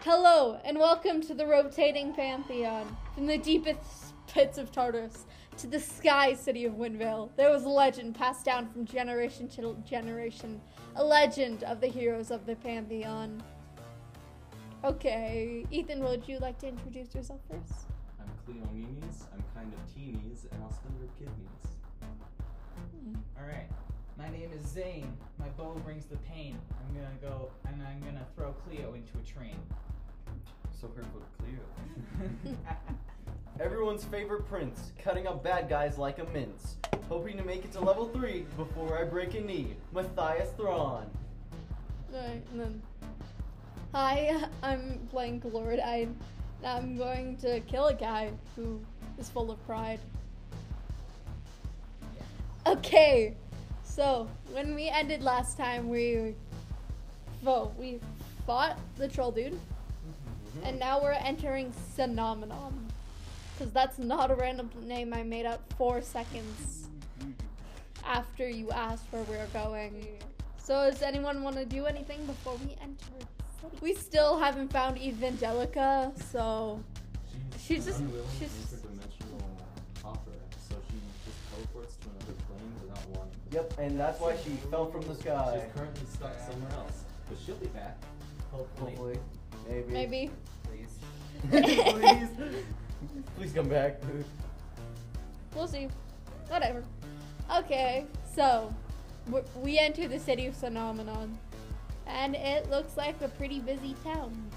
Hello, and welcome to the rotating pantheon. From the deepest pits of Tartarus to the sky city of Windvale, there was a legend passed down from generation to generation. A legend of the heroes of the pantheon. Okay, Ethan, would you like to introduce yourself first? I'm Cleomenes, I'm kind of teenies, and I'll spend your kidneys. Hmm. Alright. My name is Zane. My bow brings the pain. I'm gonna go and I'm gonna throw Cleo into a train. So hurtful to Cleo. Everyone's favorite prince, cutting up bad guys like a mince. Hoping to make it to level 3 before I break a knee. Matthias Thrawn. Alright, and then. Hi, I'm playing Gloriodyne, and I'm going to kill a guy who is full of pride. Okay, so when we ended last time, we. Well, we fought the troll dude, and now we're entering Phenomenon. Because that's not a random name I made up four seconds after you asked where we were going. So, does anyone want to do anything before we enter? We still haven't found Evangelica, so She's She's just- an unwilling she's- interdimensional hopper, so she just teleports to another plane without warning. Yep, and that's why she fell from the sky. She's currently stuck somewhere else, but she'll be back. Hopefully. Hopefully. Maybe. maybe. Please. Please. Please come back. We'll see. Whatever. Okay, so w- we enter the city of Phenomenon, and it looks like a pretty busy town.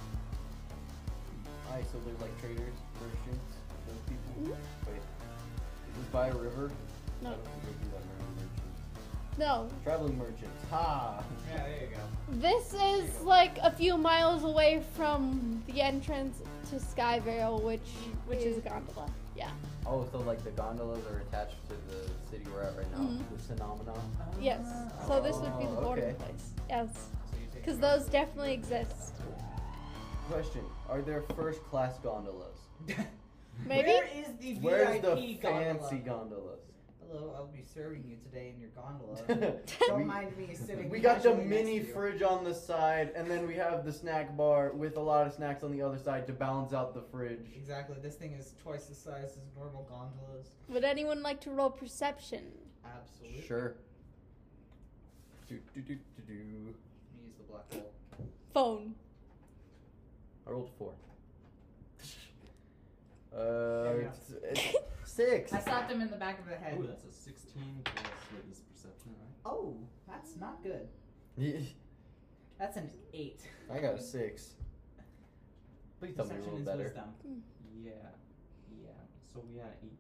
Alright, so they're like traders, merchants, those people. Mhm. Wait. Is this by a river? I No, don't think they do that many merchants. no. Traveling merchants. Ha! Yeah, there you go. This is like a few miles away from the entrance to Skyvale, which which is a gondola. Yeah. Oh, so like the gondolas are attached to the city we're at right now. Mhm. Mm-hmm. This phenomenon. Yes. Ah. So this would be the Oh, boarding okay. place. Yes. So you take Because a- those definitely exist. Question: Are there first class gondolas? Maybe. Where is the VIP Where's the gondola? fancy gondolas? Hello, I'll be serving you today in your gondola. Don't We- mind me sitting. We got the casually next mini to you. fridge on the side, and then we have the snack bar with a lot of snacks on the other side to balance out the fridge. Exactly. This thing is twice the size as normal gondolas. Would anyone like to roll perception? Absolutely. Sure. Do, do, do, do, do. Let me use the black hole. Phone. I rolled four. Uh, we go. it's, it's six. I slapped him in the back of the head. Ooh, that's a 16 plus what is perception, right? Oh, that's not good. That's an eight. I got a six. Please tell me you Perception rolled is better. wisdom. Yeah. Yeah. So we had 18.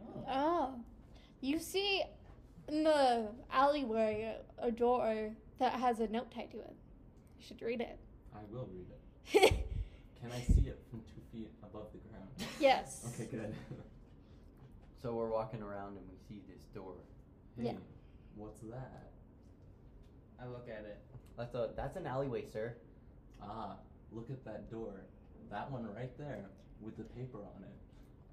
Oh. Oh, you see in the alleyway a door that has a note tied to it. You should read I will read it. it. Can I see it from two feet above the ground? yes. Okay, good. So we're walking around and we see this door. hey, Yeah. what's that? I look at it. That's a that's an alleyway, sir. Ah, look at that door. That one right there with the paper on it.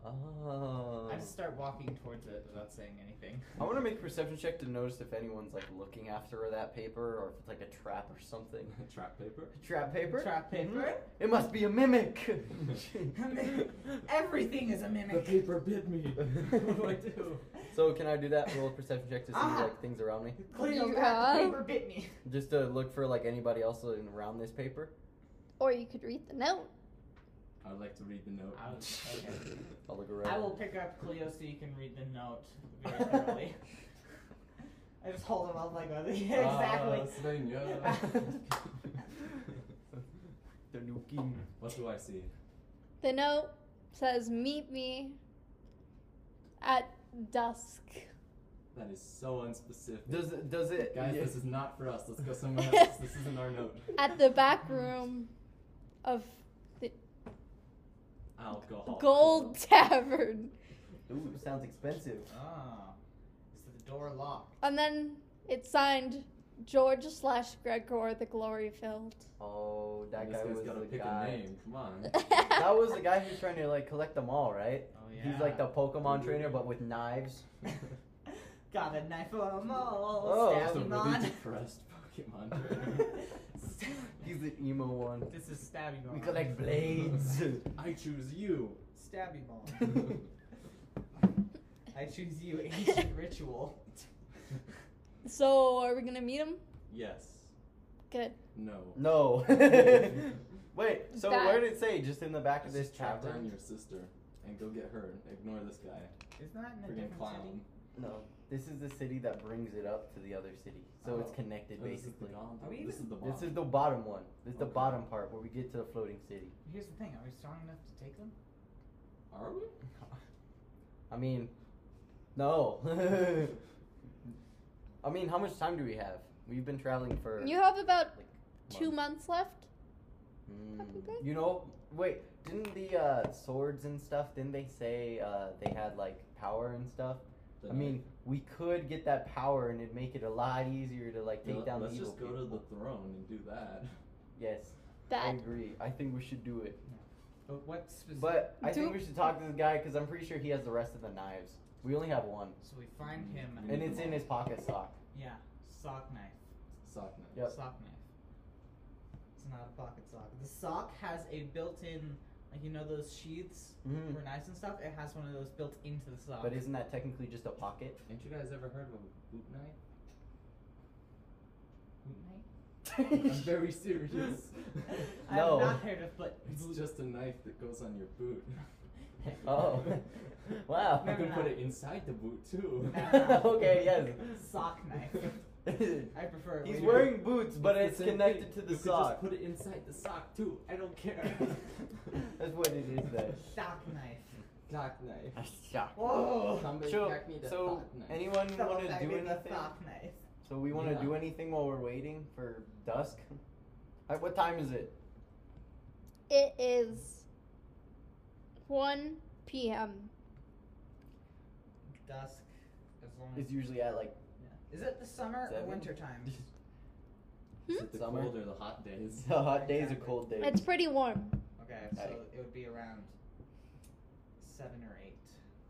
Oh. I just start walking towards it without saying anything. I want to make a perception check to notice if anyone's like looking after that paper or if it's like a trap or something. Trap paper? Trap paper? Trap paper. Mhm. It must be a mimic. Everything is a The mimic. paper bit me. what do I do? so can I do that? Roll a perception check to see Ah. like things around me, Cleo, You that have- paper bit me. just to look for like anybody else in- around this paper. Or you could read the note. I would like to read the note. I was- okay. I'll look around. I will pick up Cleo so you can read the note very thoroughly. I just hold him up like, oh, yeah, exactly. Ah, senor. The new king. what do I see? The note says, "Meet me at dusk." That is so unspecific. Does it? Does it? Guys, yeah. this is not for us. Let's go somewhere else. this isn't our note. At the back room of Alcohol. Gold Tavern. Ooh, sounds expensive. Ah, is the door locked? And then it's signed George slash Gregor the Gloryfield. Oh, that This guy guy's was gotta the pick a guy. name. Come on. That was the guy who's trying to like collect them all, right? Oh He's like the Pokemon trainer, but with knives. Got a knife for a mole. Oh, stab That's a him really on. depressed Pokemon trainer. He's the emo one. This is stabby bomb. We collect blades. I choose you. stabby bomb. Wait, I choose you, ancient ritual. So are we gonna meet him? Yes. Good. No. no. Wait, so That- where did it say? Just in the back of Let's this just track down tavern? your sister and go get her. Ignore this guy. Is that in a Freaking different clown. No. This is the city that brings it up to the other city. So it's Oh. connected Oh, this is the basically. gone. Are we This even- is the This is bomb. the bottom one. This is the Okay. bottom part where we get to the floating city. city? Here's the thing. Are we strong enough to take them? Are we? I mean, no. I mean, how much time do we have? We've been traveling for. You have about Like, two months left. Mm, Probably. you know, wait, didn't the uh, swords and stuff, didn't they say uh, they had like power and stuff? Then I mean, we could get that power and it'd make it a lot easier to like yeah, take down Let's the evil just go people. to the throne and do that. Yes, I That agree. I think we should do it. But what specific? But I think Do- we should talk to this guy because I'm pretty sure he has the rest of the knives. We only have one, so we find him. We and need it's them in all. his pocket sock. Yeah, sock knife. Sock knife. Yep. Sock knife. It's not a pocket sock. The sock has a built-in, like you know those sheaths Mhm. Mm-hmm. for knives and stuff. It has one of those built into the sock. But isn't that technically just a pocket? Ain't you guys ever heard of a boot knife? I'm very serious. No. I've not heard of but. it's just a knife that goes on your boot. Oh. Wow. You can Remember put it that. inside the boot too. Okay, yes. Sock knife. I prefer. it He's later. wearing boots, but the it's same connected thing. to the you sock. Could just put it inside the sock too. I don't care. That's what it is, though. sock knife. Sock knife. Oh! Shock. Whoa. Somebody So, pack me the so sock knife. anyone want Someone to back do me the anything? Sock knife. So we want to Yeah. do anything while we're waiting for dusk. At what time is it? it is one p.m. Dusk. As long as. It's usually at like yeah. Is it the summer or Seven? winter time? Is it the Hmm? Summer. cold or the hot days? the hot days or cold days. It's pretty warm. Okay, so Right. it would be around seven or eight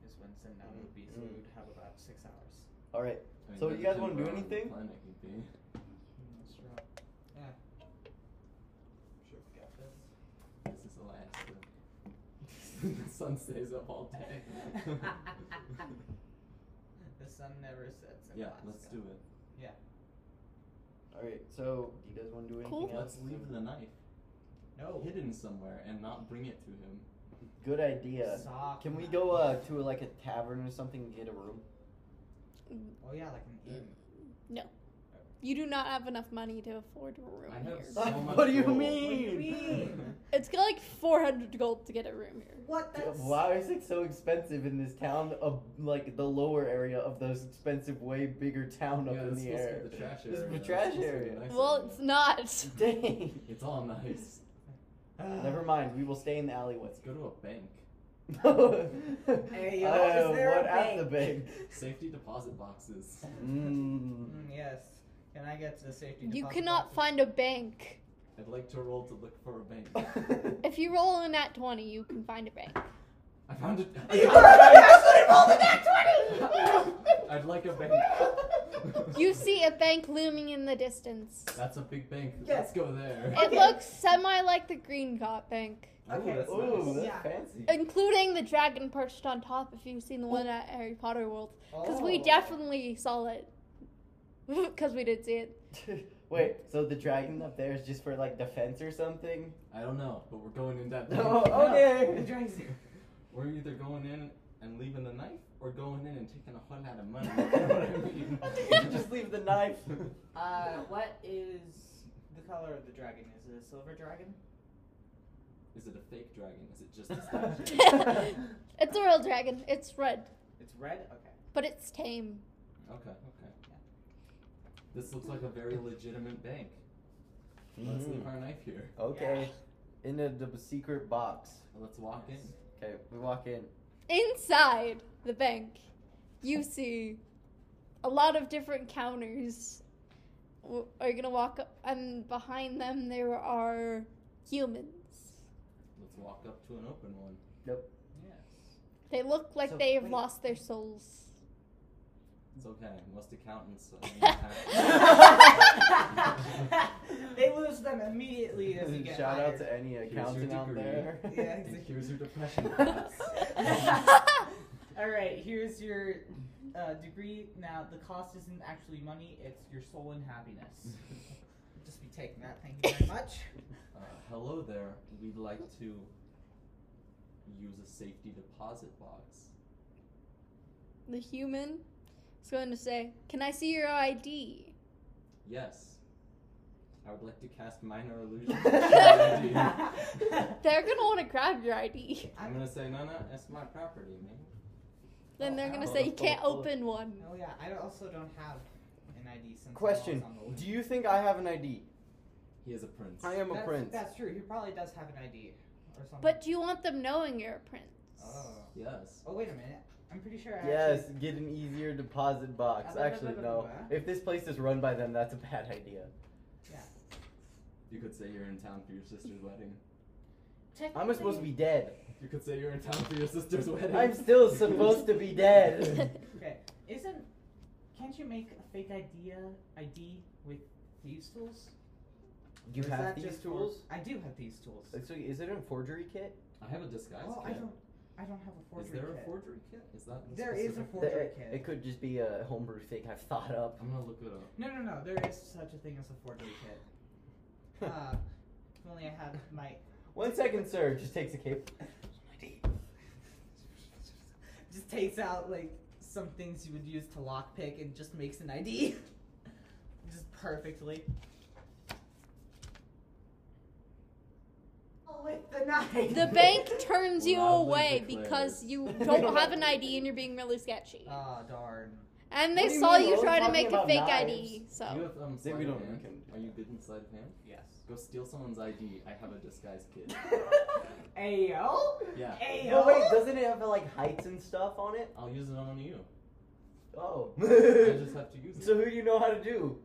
is when sundown would be, so we Mm. would have about six hours. All right. I mean, So that you guys depends wanna do where on the anything? Planet you'd be. That's true. Yeah. Sure, we got this. This is Alaska. the sun stays up all day. The sun never sets. In yeah, Alaska. let's do it. All right. So do you guys want to do anything Cool. else? Let's leave the knife Oh. No. hidden somewhere and not bring it to him. Good idea. Sock Can we knife. go uh, to like a tavern or something and get a room? Oh yeah, like an inn. You do not have enough money to afford a room I here. have so much What do you gold. mean? What do you mean? mean? It's got like 400 gold to get a room here. what? That's Why is it so expensive in this town of like the lower area of those expensive, way bigger town up yeah, in this the is supposed air? to be the trash This is area. the It's trash supposed to be area. nice Well, area. it's not. Dang. It's all nice. Never mind. We will stay in the alleyway. Let's go to a bank. hey, Hey, yo, is there a what at the bank? bank? Safety deposit boxes. Mm. Mm, yes. Can I get to the safety? You deposit cannot boxes? find a bank. I'd like to roll to look for a bank. If you roll in at 20, you can find a bank. I found it. I You found already asked me to roll the it! I'd like a bank. You see a bank looming in the distance. That's a big bank. Yeah. Let's go there. It Okay. looks semi like the Green Got Bank, Okay. Ooh, that's Ooh, nice. that's Yeah. fancy. including the dragon perched on top if you've seen the one at Harry Potter World. Because we Oh. definitely saw it. Because we did see it. Wait, so the dragon up there is just for like defense or something? I don't know, but we're going in that bank. Oh, No, the okay. dragon's- We're either going in and leaving the knife or going in and taking a whole lot of money. You know what I mean? just leave the knife. Uh, what is the color of the dragon? Is it a silver dragon? Is it a fake dragon? Is it just a statue? It's a real dragon. It's red, It's red. Okay. but it's tame. Okay, okay. This looks like a very legitimate bank. Let's leave our knife here. Okay. In the, the secret box. Let's walk in. Okay, we walk in. Inside the bank, you see a lot of different counters. W- Are you gonna walk up? And behind them, there are humans. Let's walk up to an open one. Yes. They look like So, they have wait. lost their souls. It's okay. Most accountants. uh, they lose them immediately as you get Shout out hired. to any Here's accountant your out degree. there. Yeah, And exactly. Here's your depression. Uh, class. All right, here's your uh, degree. Now the cost isn't actually money; it's your soul and happiness. Just be taking that. Thank you very much. Uh, hello there. We'd like to use a safety deposit box. the human is going to say, Can I see your ID? Yes. I would like to cast minor Strategy. illusion. I'm They're going to want to grab your ID. I'm gonna say no, no. It's my property, man. Then Oh, they're going to oh, say, You oh, can't oh. open one. Oh yeah, I also don't have an ID. Since Question: I was on the Do you think I have an ID? He is a prince. I am a that's, prince. That's true. He probably does have an ID or something. But do you want them knowing you're a prince? Oh. Yes. Oh wait a minute. I'm pretty sure. I Yes, Actually, get an easier deposit box. Blah, blah, Actually, blah, blah, no. blah. If this place is run by them, that's a bad idea. You could say you're in town for your sister's wedding. I'm supposed to be dead. You could say you're in town for your sister's wedding. I'm still supposed to be dead. Okay. Isn't? Can't you make a fake idea ID with these tools? You Or is have that these just for- tools? I do have these tools. So is it a forgery kit? I have a disguise Oh, I kit. don't. I don't have a is forgery. there kit. a forgery kit? Is that the There is a specific- forgery That- kit. It could just be a homebrew thing I've thought up. I'm gonna look it up. No, no, no. There is such a thing as a forgery kit. Uh, if only I had my. One second, sir. Just takes a cape. Just takes out like some things you would use to lockpick and just makes an ID. just perfectly. Oh, with the knife. The bank turns you Loudly away declares. because you don't have an ID and you're being really sketchy. Oh darn. And Uh, What they do you saw mean? We're you only try to talking make a about fake knives. ID. Do you So have um, Then sleight we of don't- hand? we can do Are you good in sleight of hand? Yes. Go steal someone's ID. I have a disguise kit. Ayo. Yeah. Ayo. Oh wait, doesn't it have like heights and stuff on it? I'll use it on you. Oh. I just have to use it. so who do you know how to do?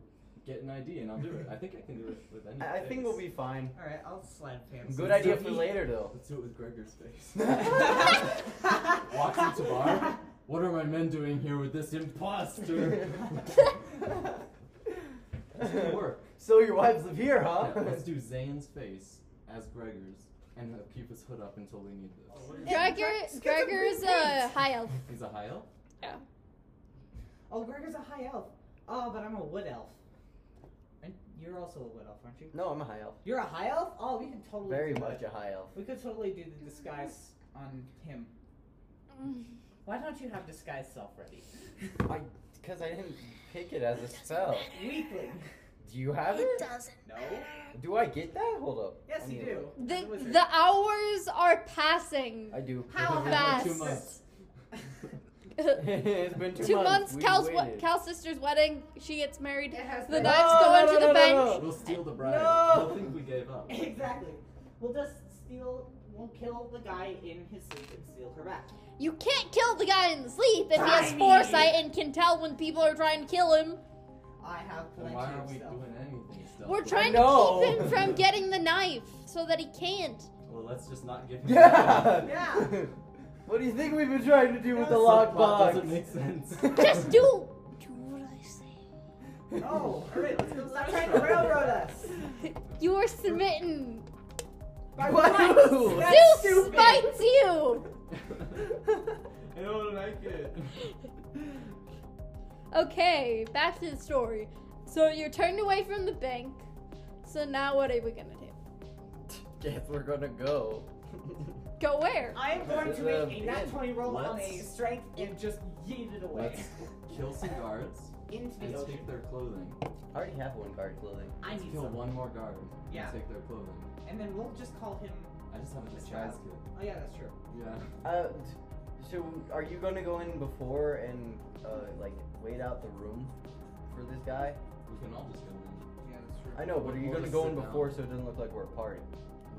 Get an ID and I'll do it. I think I can do it with any. I I face. think we'll be fine. All right, I'll slide pants. Good So idea he- for later though. Let's do it with Gregor's face. Walks Walks into bar. What are my men doing here with this imposter? It's gonna work. So your wives live here, huh? Yeah, let's do Zane's face as Gregor's and uh, keep his hood up until we need this. Gregor, It's got Gregor is some green a paint. high elf. He's a high elf? Oh, Gregor's a high elf. Oh, but I'm a wood elf. And you're also a wood elf, aren't you? No, I'm a high elf. You're a high elf. Oh, we could totally Very do much That. a high elf. We could totally do the disguise on him. Why don't you have disguise self ready? I, because I didn't pick it as a spell. Weakling. Do you have it? doesn't. No. Do I get that? Hold up. Yes, I you need to do. look. The, As a wizard. the hours are passing. I do. How It's been like Two fast? months. it's been two, Two months, We Cal's, we- waited. Cal's sister's wedding. She gets married. It has The been- knives No, go no, into no, the no, bank. no. We'll steal the bride. No! They'll think we gave up. exactly. We'll just steal. We'll kill the guy in his sleep and steal her back. You can't kill the guy in the sleep if he has Tiny. foresight and can tell when people are trying to kill him. I have Then plenty why are of we stuff. doing anything still? We're trying to know. keep him from getting the knife so that he can't. Well, let's just not give him. Yeah. Yeah. what do you think we've been trying to do with the That's Subplot lockbox? doesn't make sense. Just do do what I say. No. Oh, All right, let's go. Stop trying to railroad us. You are smitten. By Why mice. you? That's Zeus stupid. spites you. I don't like it. Okay, back to the story. So you're turned away from the bank. So now what are we gonna do? Guess we're gonna go. Go where? I am going to Uh, make a nat 20 roll on a um, let's- strength and just yeet it away Let's kill some guards into the and ocean. take their clothing. I already have one guard clothing. I Let's need kill some. one more guard Yeah. and take their clothing. And then we'll just call him. I just have a Let's disguise try. kit. Oh, yeah, that's true. Yeah. Uh, t- so are you gonna go in before and uh, like wait out the room for this guy? We can all just go in. Yeah, that's true. I know, but are you We'll gonna just go sit in down. before so it doesn't look like we're a party?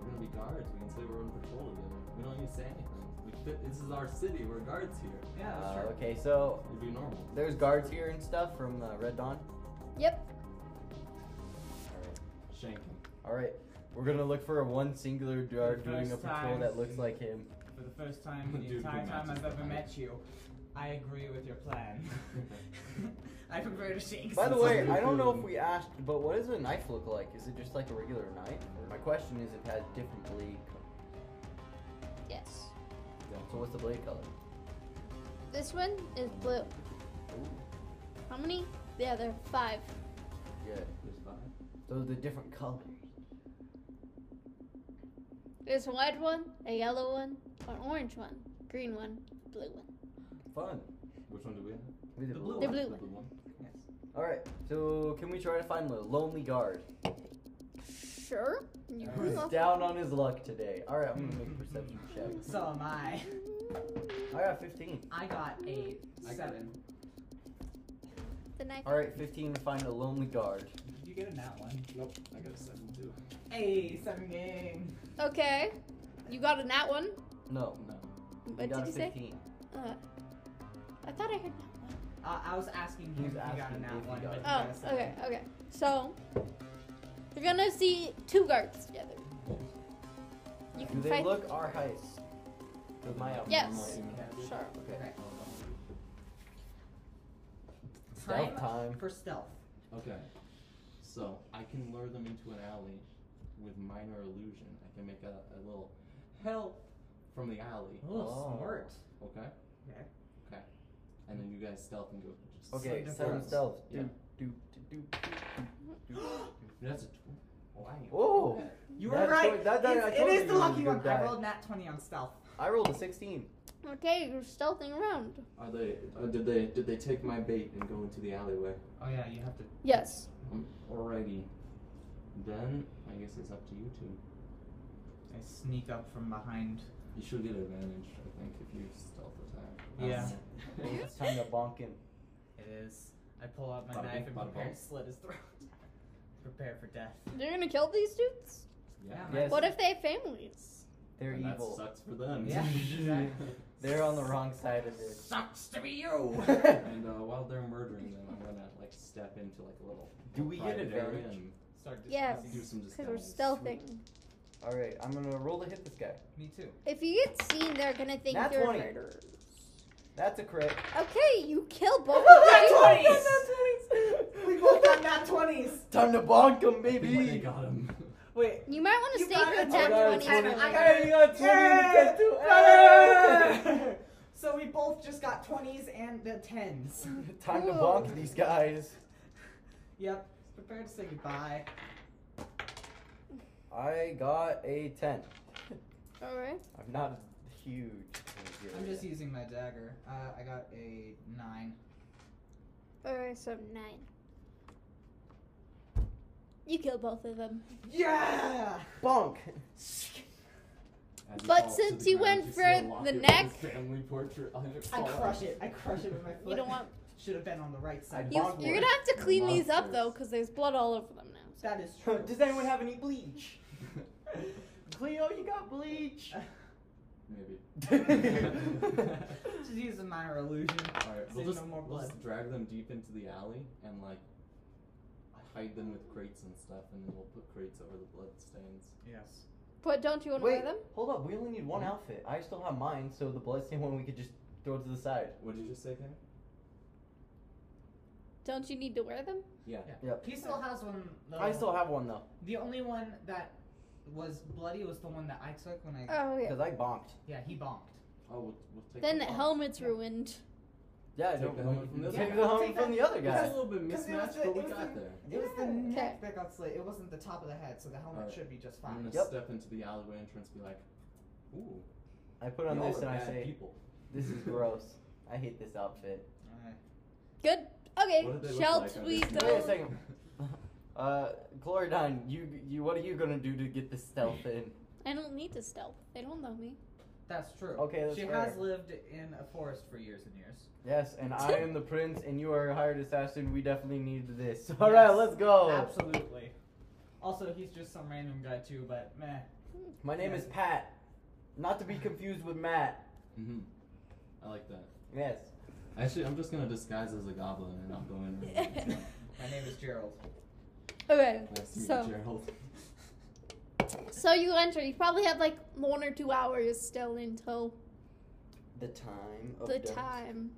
We're gonna be guards. We can say we're on patrol together. We don't need to say anything. We fit, this is our city. We're guards here. Yeah, that's Uh, true. okay, so It'd be normal. there's guards here and stuff from uh, Red Dawn. Yep. Shank him. All right, we're gonna look for a one singular guard doing a First patrol time. that looks like him. For the first time, Dude who matches the height. you, I agree with your plan. I prefer to shake. By the some- way, I don't know if we asked, but what does a knife look like? Is it just like a regular knife? My question is, it has different blade. co- Yes. So what's the blade color? This one is blue. Ooh, How many? Yeah, there are five. good. There's five. Those are the different colors. There's a white one, a yellow one, an orange one, green one, blue one. Fun. Which one do we have? With The blue The blue The one. blue one. Yes. All right. So can we try to find the lonely guard Sure. You Alright. can who's look. down on his luck today? All right, I'm gonna make a perception check. So am I. I got 15. I got a I got- seven. The knife. All right, 15 to find a lonely guard. Did you get a nat one? Nope, I got a seven too. Hey, seven game. Okay. You got in that one. No, No. he What got did a you say? 15. Uh, I thought I heard that one. Uh, I was asking him He's if he got a asking if nat he one. got but it. he got a Oh, seven. okay, okay. So you're gonna see two guards together. You Do can they fight. look our heist? With my outfit. Yes. Yeah. Sure. Okay. Okay. Stealth time. for stealth. Okay. So I can lure them into an alley with minor illusion. I can make a, a little help from the alley. Oh, Oh. smart. Okay. Okay. Okay. And then you guys stealth and go. Just Okay, Seven seven difference. stealth. Yeah. Do, do, do, do, do, do. That's a tw- wow. Whoa. You That were is right. totally- that- that- It's- I it told is you the you were lucky good one. guy. I rolled nat twenty on stealth. I rolled a 16. Okay, you're stealthing around. Are they? Uh, did they? Did they take my bait and go into the alleyway? Oh yeah, you have to. Yes. Um, alrighty. Then I guess it's up to you two. I sneak up from behind. You should get advantage, I think, if you stealth attack. Um, Yeah. Well, it's time to bonk him. It is. I pull out my Bada knife bing, and bada prepare boom. to slit his throat. prepare for death. You're gonna kill these dudes? Yeah. Yes. What if they have families? They're and evil. That sucks for them. Yeah, exactly. They're on the wrong side of this. Sucks to be you. and uh, while they're murdering them, I'm gonna like step into like a little. Do we get private area advantage? and Start Yes. Do some Because we're disguise. stealthing. Alright, I'm gonna roll to hit this guy. Me too. If you get seen, they're gonna think Nat you're 20. a murderer. That's a crit. Okay, you kill both of Nat them. 20s! We both got nat twenties. Time to bonk him, They baby! got him. Wait. You might want to You stay got for it. the I nat got it, 20. I got it. I got it. Hey, you got 20 in the Yay! test too. Brother! Hey! so we both just got twenties and the tens. Time to Ooh. bonk these guys. Yep. Prepare to say goodbye. I got a 10. Alright. I'm not huge. in this I'm just area. using my dagger. Uh, I got a nine. Alright, so nine. You kill both of them. Yeah. bonk! As he But falls to since the you ground, went see a for locket the with neck- his Family portrait on it. I fall out. crush it. I crush it with my foot. You don't want. Should have been on the right side. You, Bonk you're one. gonna have to clean these up Monsters. though, because there's blood all over them now. That is true. Does anyone have any bleach? Cleo, you got bleach! Maybe. Just use a minor illusion. All right. Save We'll just, no more we'll just drag them deep into the alley and like hide them with crates and stuff, and then we'll put crates over the blood stains. Yes. But don't you want to Wait, wear them? hold up. We only need one outfit. I still have mine, so the bloodstain one we could just throw to the side. What did you just say, Ken? Don't you need to wear them? Yeah. Yep. He still has one. Though. I still have one though, The only one that was bloody was the one that I took when I. Oh yeah. because I bonked. yeah, he bonked. Oh, we'll, we'll take. Then the the bomb. helmet's ruined. Yeah, I Take don't the know. helmet from this Take guy. the I'll helmet take from that. the other It was a guy. little bit Because it was mismatched, the- but we it was got the- there. It was the Yeah. neck that got slit. It wasn't the top of the head, so the helmet Alright. should be just I'm fine. gonna Yep. step into the alleyway entrance, and be like, "Ooh, I put on y'all this are and I bad say, people. "This is gross. I hate this outfit." Alright. Good. Okay. What did they look Shall like? I we just- go? Wait a second. Uh, Gloridine, you, you, what are you gonna do to get the stealth in? I don't need to stealth. They don't know me. That's true. Okay, that's She fair. has lived in a forest for years and years. Yes, and I am the prince, and you are a hired assassin. We definitely need this. All right, Yes. let's go. Absolutely. Also, he's just some random guy too, but meh. My name is Pat, not to be confused with Matt. hmm I like that. Yes. Actually, I'm just gonna disguise as a goblin and I'll go in. and- My name is Gerald. okay. Nice to meet you, So, Gerald. so you enter. You probably have like one or two hours still until The time of the Oh, death. time.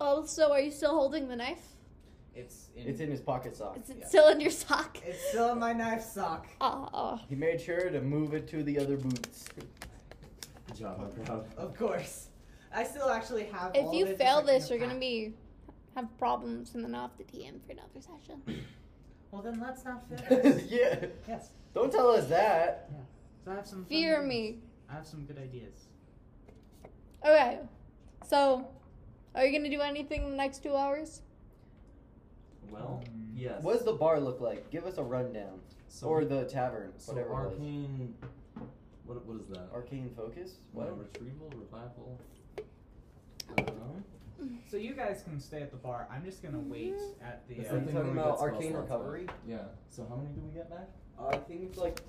Also, are you still holding the knife? It's in. It's in his pocket sock. Is it Yeah. still in your sock? It's still in my knife sock. Oh, He made sure to move it to the other boots. Good job, I'm proud. Of course. I still actually have. if all of you it fail just, like, in this, a you're gonna pack. be have problems, and then I'll have to TM for another session. Well, then let's not fail. this. yeah. yes. Don't tell us that. So I have some. fun Fear ideas. me. I have some good ideas. Okay, so are you gonna do anything in the next two hours? Well, yes. Mm. What does the bar look like? Give us a rundown. So, or the tavern, so whatever it was. arcane. What what is that? Arcane focus? What? What? retrieval, revival. I don't know. So you guys can stay at the bar. I'm just gonna Mm-hmm. wait at the. It's Are Uh, you like talking Something where we about get spell arcane slots back. recovery? Yeah. So how many do we get back? Uh, I think it's like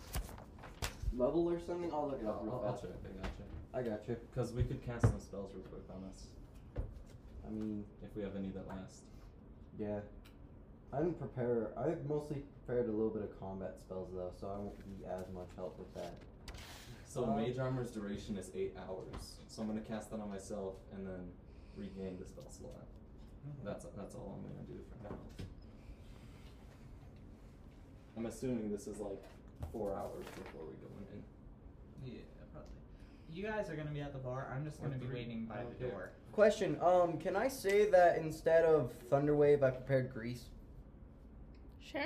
level or something. I'll look it up I'll, real I'll fast. check. I gotcha. I got you. Because we could cast some spells real quick on us I mean, if we have any that last. yeah. I didn't prepare. I mostly prepared a little bit of combat spells though, so I won't be as much help with that. So Um, mage armor's duration is eight hours. So I'm gonna cast that on myself and then regain the spell slot. That's that's all I'm gonna do for now. I'm assuming this is like four hours before we go in. yeah, probably. You guys are gonna be at the bar. I'm just Or gonna be three. waiting by the Okay. door. Question: Um, can I say that instead of Thunderwave, I prepared Grease? Sure.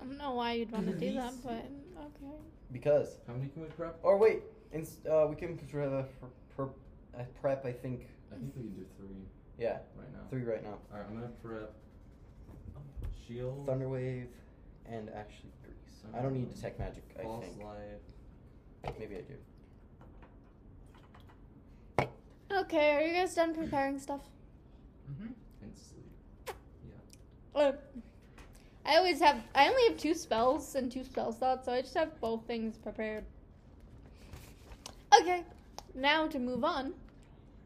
I don't know why you'd want to do that, Please. but okay. Because, How many can we prep? or wait, ins- uh, we can pre- uh, pre- uh, prep. I think, I think we can do three yeah, right now. three right now. Alright, I'm gonna prep shield, Thunderwave, and actually Grease. I don't need Detect Magic. I false think life. maybe I do. Okay, are you guys done preparing stuff? Mm-hmm. and sleep. Uh, I always have. I only have two spells and two spell slots, so I just have both things prepared. Okay, now to move on.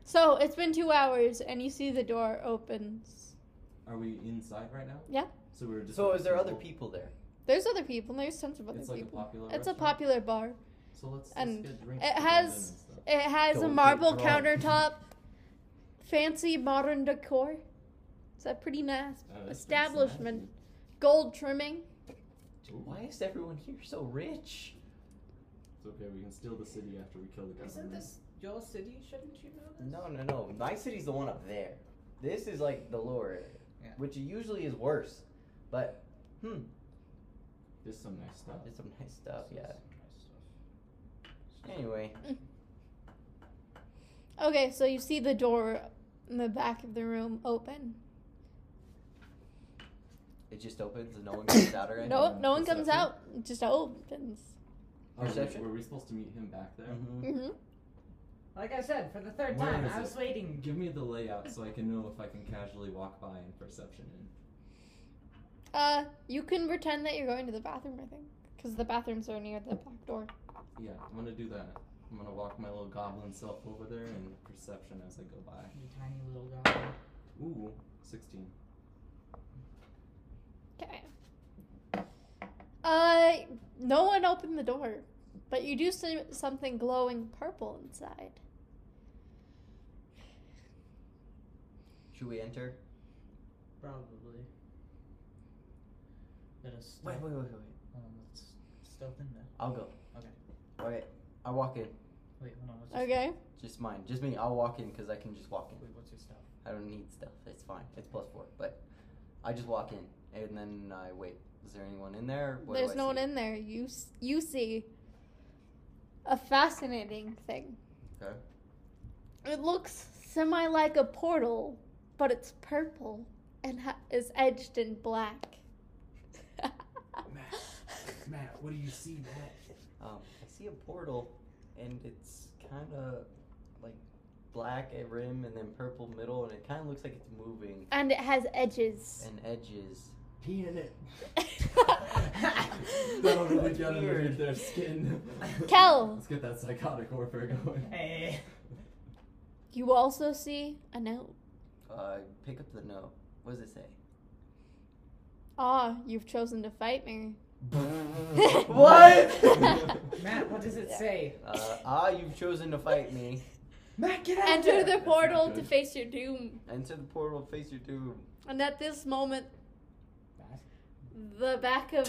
So it's been two hours, and you see the door opens. Are we inside right now? Yeah. So we were just. So, with is there other people? people there? There's other people. and There's tons of other It's like a people. popular. it's a restaurant. popular bar. So let's, let's and get drinks. it to blend in has- and stuff. Uh, It has Don't a get marble drunk. countertop, fancy modern decor. It's a pretty nice Oh, that's pretty establishment. Gold trimming. snazzy. Ooh, Why is everyone here so rich? It's okay. We can steal the city after we kill the government. Isn't this your city? Shouldn't you know this? No, no, no. My city's the one up there. This is like the lower area, Yeah. which usually is worse. But hmm, There's some nice stuff. there's some nice stuff. This is Yeah. some nice stuff. Anyway, Okay, so you see the door in the back of the room open. it just opens and no one comes out or anything. No, no one Perception? comes out. It just opens. Oh, wait, Perception? were we supposed to meet him back there? Mhm. hmm Like I said, for the third Where time, is I it? was waiting. Give me the layout so I can know if I can casually walk by and perception in. Uh, you can pretend that you're going to the bathroom, I think, because the bathrooms are near the back door. Yeah, I'm gonna do that. I'm gonna walk my little goblin self over there and perception as I go by. You tiny little guy. Ooh, 16. Okay. Uh, no one opened the door, but you do see something glowing purple inside. Should we enter? Probably. Let us Wait, stealth- wait, wait, wait. um, let's stealth in there. I'll go. Okay. Okay. I walk in. Wait, hold on. What's your Okay. Just mine. Just me. I'll walk in because I can just walk in. stealth? Wait, what's your stealth? I don't need stuff. It's fine. It's plus four. But I just walk in and then I wait. Is there anyone in there? What do There's I no one see? in there. You s- you see a fascinating thing. Okay. It looks semi like a portal, but it's purple and ha- is edged in black. Matt, Matt, what do you see, Matt? Um, I see a portal, and it's kind of like black at rim and then purple middle, and it kind of looks like it's moving and it has edges. and edges. Pee in it. That'll That'll really really get get underneath underneath their their skin. Kel. Let's get that psychotic warfare going. Hey. you also see a note. Uh, pick up the note. What does it say? Ah, you've chosen to fight me. What? Matt, what does it say? Uh, ah, you've chosen to fight me. Matt, get out Enter of there. the not portal to good. face your doom. Enter the portal, face your doom. And at this moment, Matt? the back of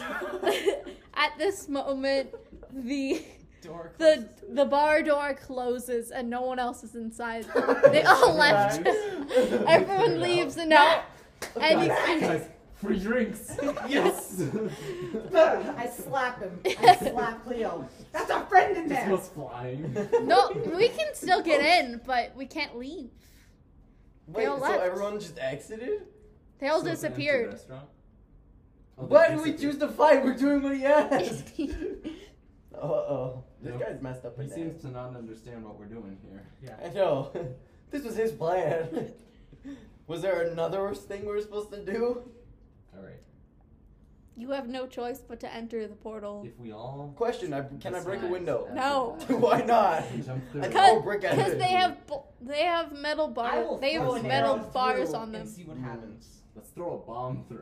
at this moment the Door the closes. the bar door closes and no one else is inside. They all left. Everyone leaves and now and you can- Guys, free drinks. Yes. I slap him. I slap Cleo. That's our friend in This there. was flying. no, we can still get in, but we can't leave. Wait, all so left. everyone just exited? They all So it's an empty disappeared. restaurant? Oh, they Why do we disappeared. choose to fight? We're doing what he asked. uh oh. This Nope. guy's messed up He in there. seems to not understand what we're doing here. I know. this was his plan. was there another thing we were supposed to do? All right. You have no choice but to enter the portal. If we all Question I, Can I break a decide window? after No. that- Why not? Jump through. I Cut. can't throw a brick at Because it. they have bu- they have metal I will bars. They throw have an metal arrow bars through on them. And see what Hmm. happens. Let's throw a bomb through.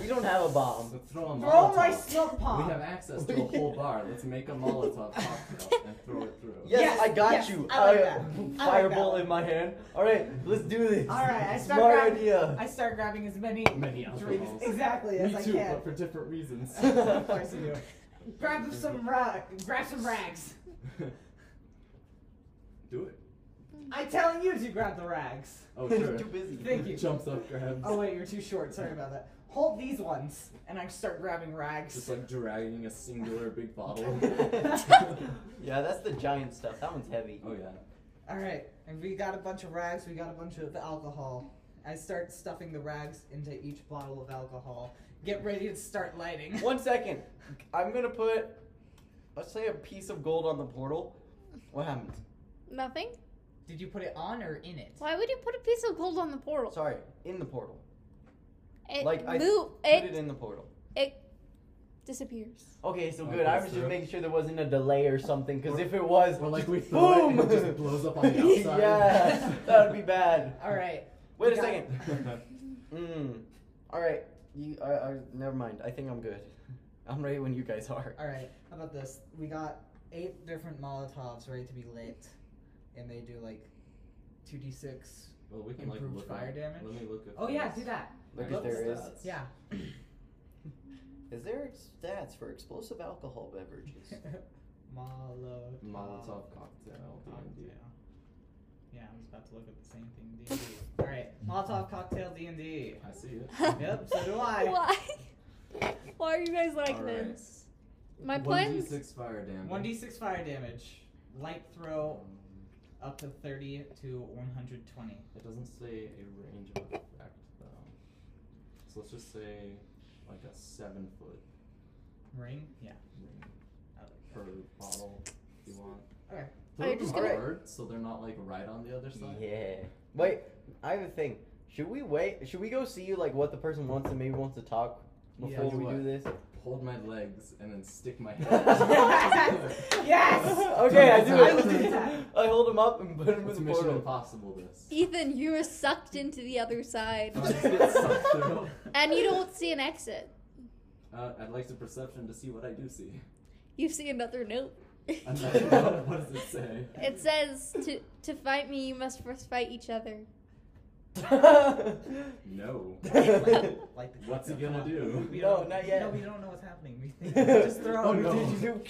We don't have a bomb. Let's throw a Throw my Molotov. slump We pop. have access to a whole bar. Let's make a Molotov cocktail and throw it through. Yes, Yes, I got yes, you. I like that. I like fireball that. in my hand. All right, let's do this. All right, I start Smart grabbing- idea. I start grabbing as many Many drinks alcohols. exactly as Me I too, can. but for different reasons. of course you do. Grab some rag. Grab some rags. do it. I telling you to grab the rags. Oh, He's sure. too busy. Thank you. Jumps up, grabs. Oh wait, you're too short. Sorry about that. Hold these ones, and I start grabbing rags. Just like dragging a singular big bottle. Oh, yeah, that's the giant stuff. That one's heavy. Oh yeah. All right, and we got a bunch of rags. We got a bunch of alcohol. I start stuffing the rags into each bottle of alcohol. Get ready to start lighting. One second. I'm gonna put, let's say, a piece of gold on the portal. What happened? Nothing. Did you put it on or in it? Why would you put a piece of gold on the portal? Sorry, in the portal. It like I move put it, it in the portal. disappears. Okay, so Oh, good. I that's was true. just making sure there wasn't a delay or something, because Or- if it was, Or like we throw boom, it and it just blows up on the outside. yeah, that would be bad. All right. Wait a Got second. Mm. All right. You, I, I, never mind. I think I'm good. I'm ready when you guys are. All right. How about this? We got eight different Molotovs ready to be lit, and they do like two d six. well, we can like Improved look fire up. damage? Let me look at. Oh yeah, those. do that. Look Look if at there the is. stats. Yeah. Is there stats for explosive alcohol beverages? Molotov. Molotov cocktail. Oh, D&D. Yeah, I was about to look at the same thing. D&D. All right, Molotov cocktail D and D. I see it. Yep, so do I. Why? Why are you guys like All right. this? My One d plans. six fire damage. Um, One d six fire damage. Light throw up to thirty to one hundred twenty. It doesn't say a range of effect though. So let's just say like a seven foot Ring. Yeah. ring I like that. per bottle if you want. Okay. Throw Are you them just gonna- hard, so they're not like right on the other side. yeah. Wait. I have a thing. Should we wait? Should we go see like what the person wants and maybe wants to talk Yeah, before do we what? do this? Hold my legs and then stick my head. Yes! Yes! okay, I I do would it. do that. I hold him up and put him in It's the Mission portal. Impossible. This. Ethan, you were sucked into the other side, I just get sucked through. and you don't see an exit. Uh, I'd like to perception to see what I do see. You see another note. Another note, what does it say? It says to to fight me, you must first fight each other. No. Light the What's he cocktail. gonna do? We No, don't- not yet. No, we don't know what's happening. We think just throw. Oh, no. Did you do?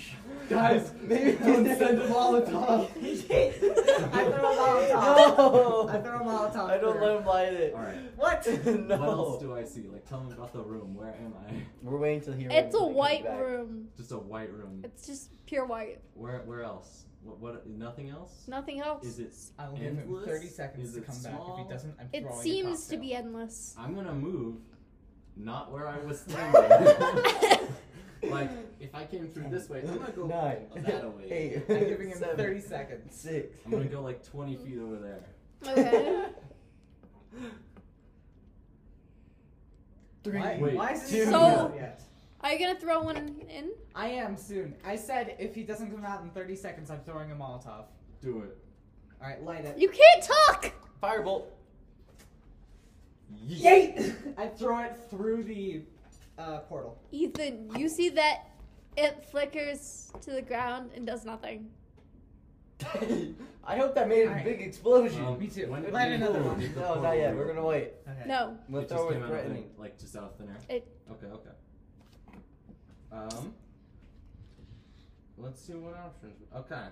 Guys, don't send a Molotov. I throw a No. Molotov. I throw a Molotov. I don't through. let him light it. All right. What? no. What else do I see? Like, tell me about the room. Where am I? We're waiting till he. It's arrives a and he comes white back. room. Just a white room. It's just pure white. Where? Where else? What? What? Nothing else? Nothing else. Is it? I will give him Endless? 30 seconds Is to it come back. If small? he doesn't, I'm It throwing a seems to cocktail. be endless. I'm gonna move, not where I was standing. like, if I came through this way, I'm gonna go Nine. that way. Eight. I'm giving him Seven. 30 seconds. Six. I'm gonna go like 20 feet over there. Okay. Three. Why, Wait. why is this So- not yet? Are you gonna throw one in? I am soon. I said if he doesn't come out in 30 seconds, I'm throwing a Molotov. Do it. All right, light it. You can't talk. Firebolt. Yay! I throw it through the uh, portal. Ethan, you see that it flickers to the ground and does nothing. I hope that made a Alright. big explosion. Um, me too. when did Light we- another Ooh. one. Did the no, not portal yet. reopen? We're gonna wait. Okay. No. We'll It just throw it came out of thin- threatening. like just out of thin air. It- Okay, okay. Um, let's see what options. Okay.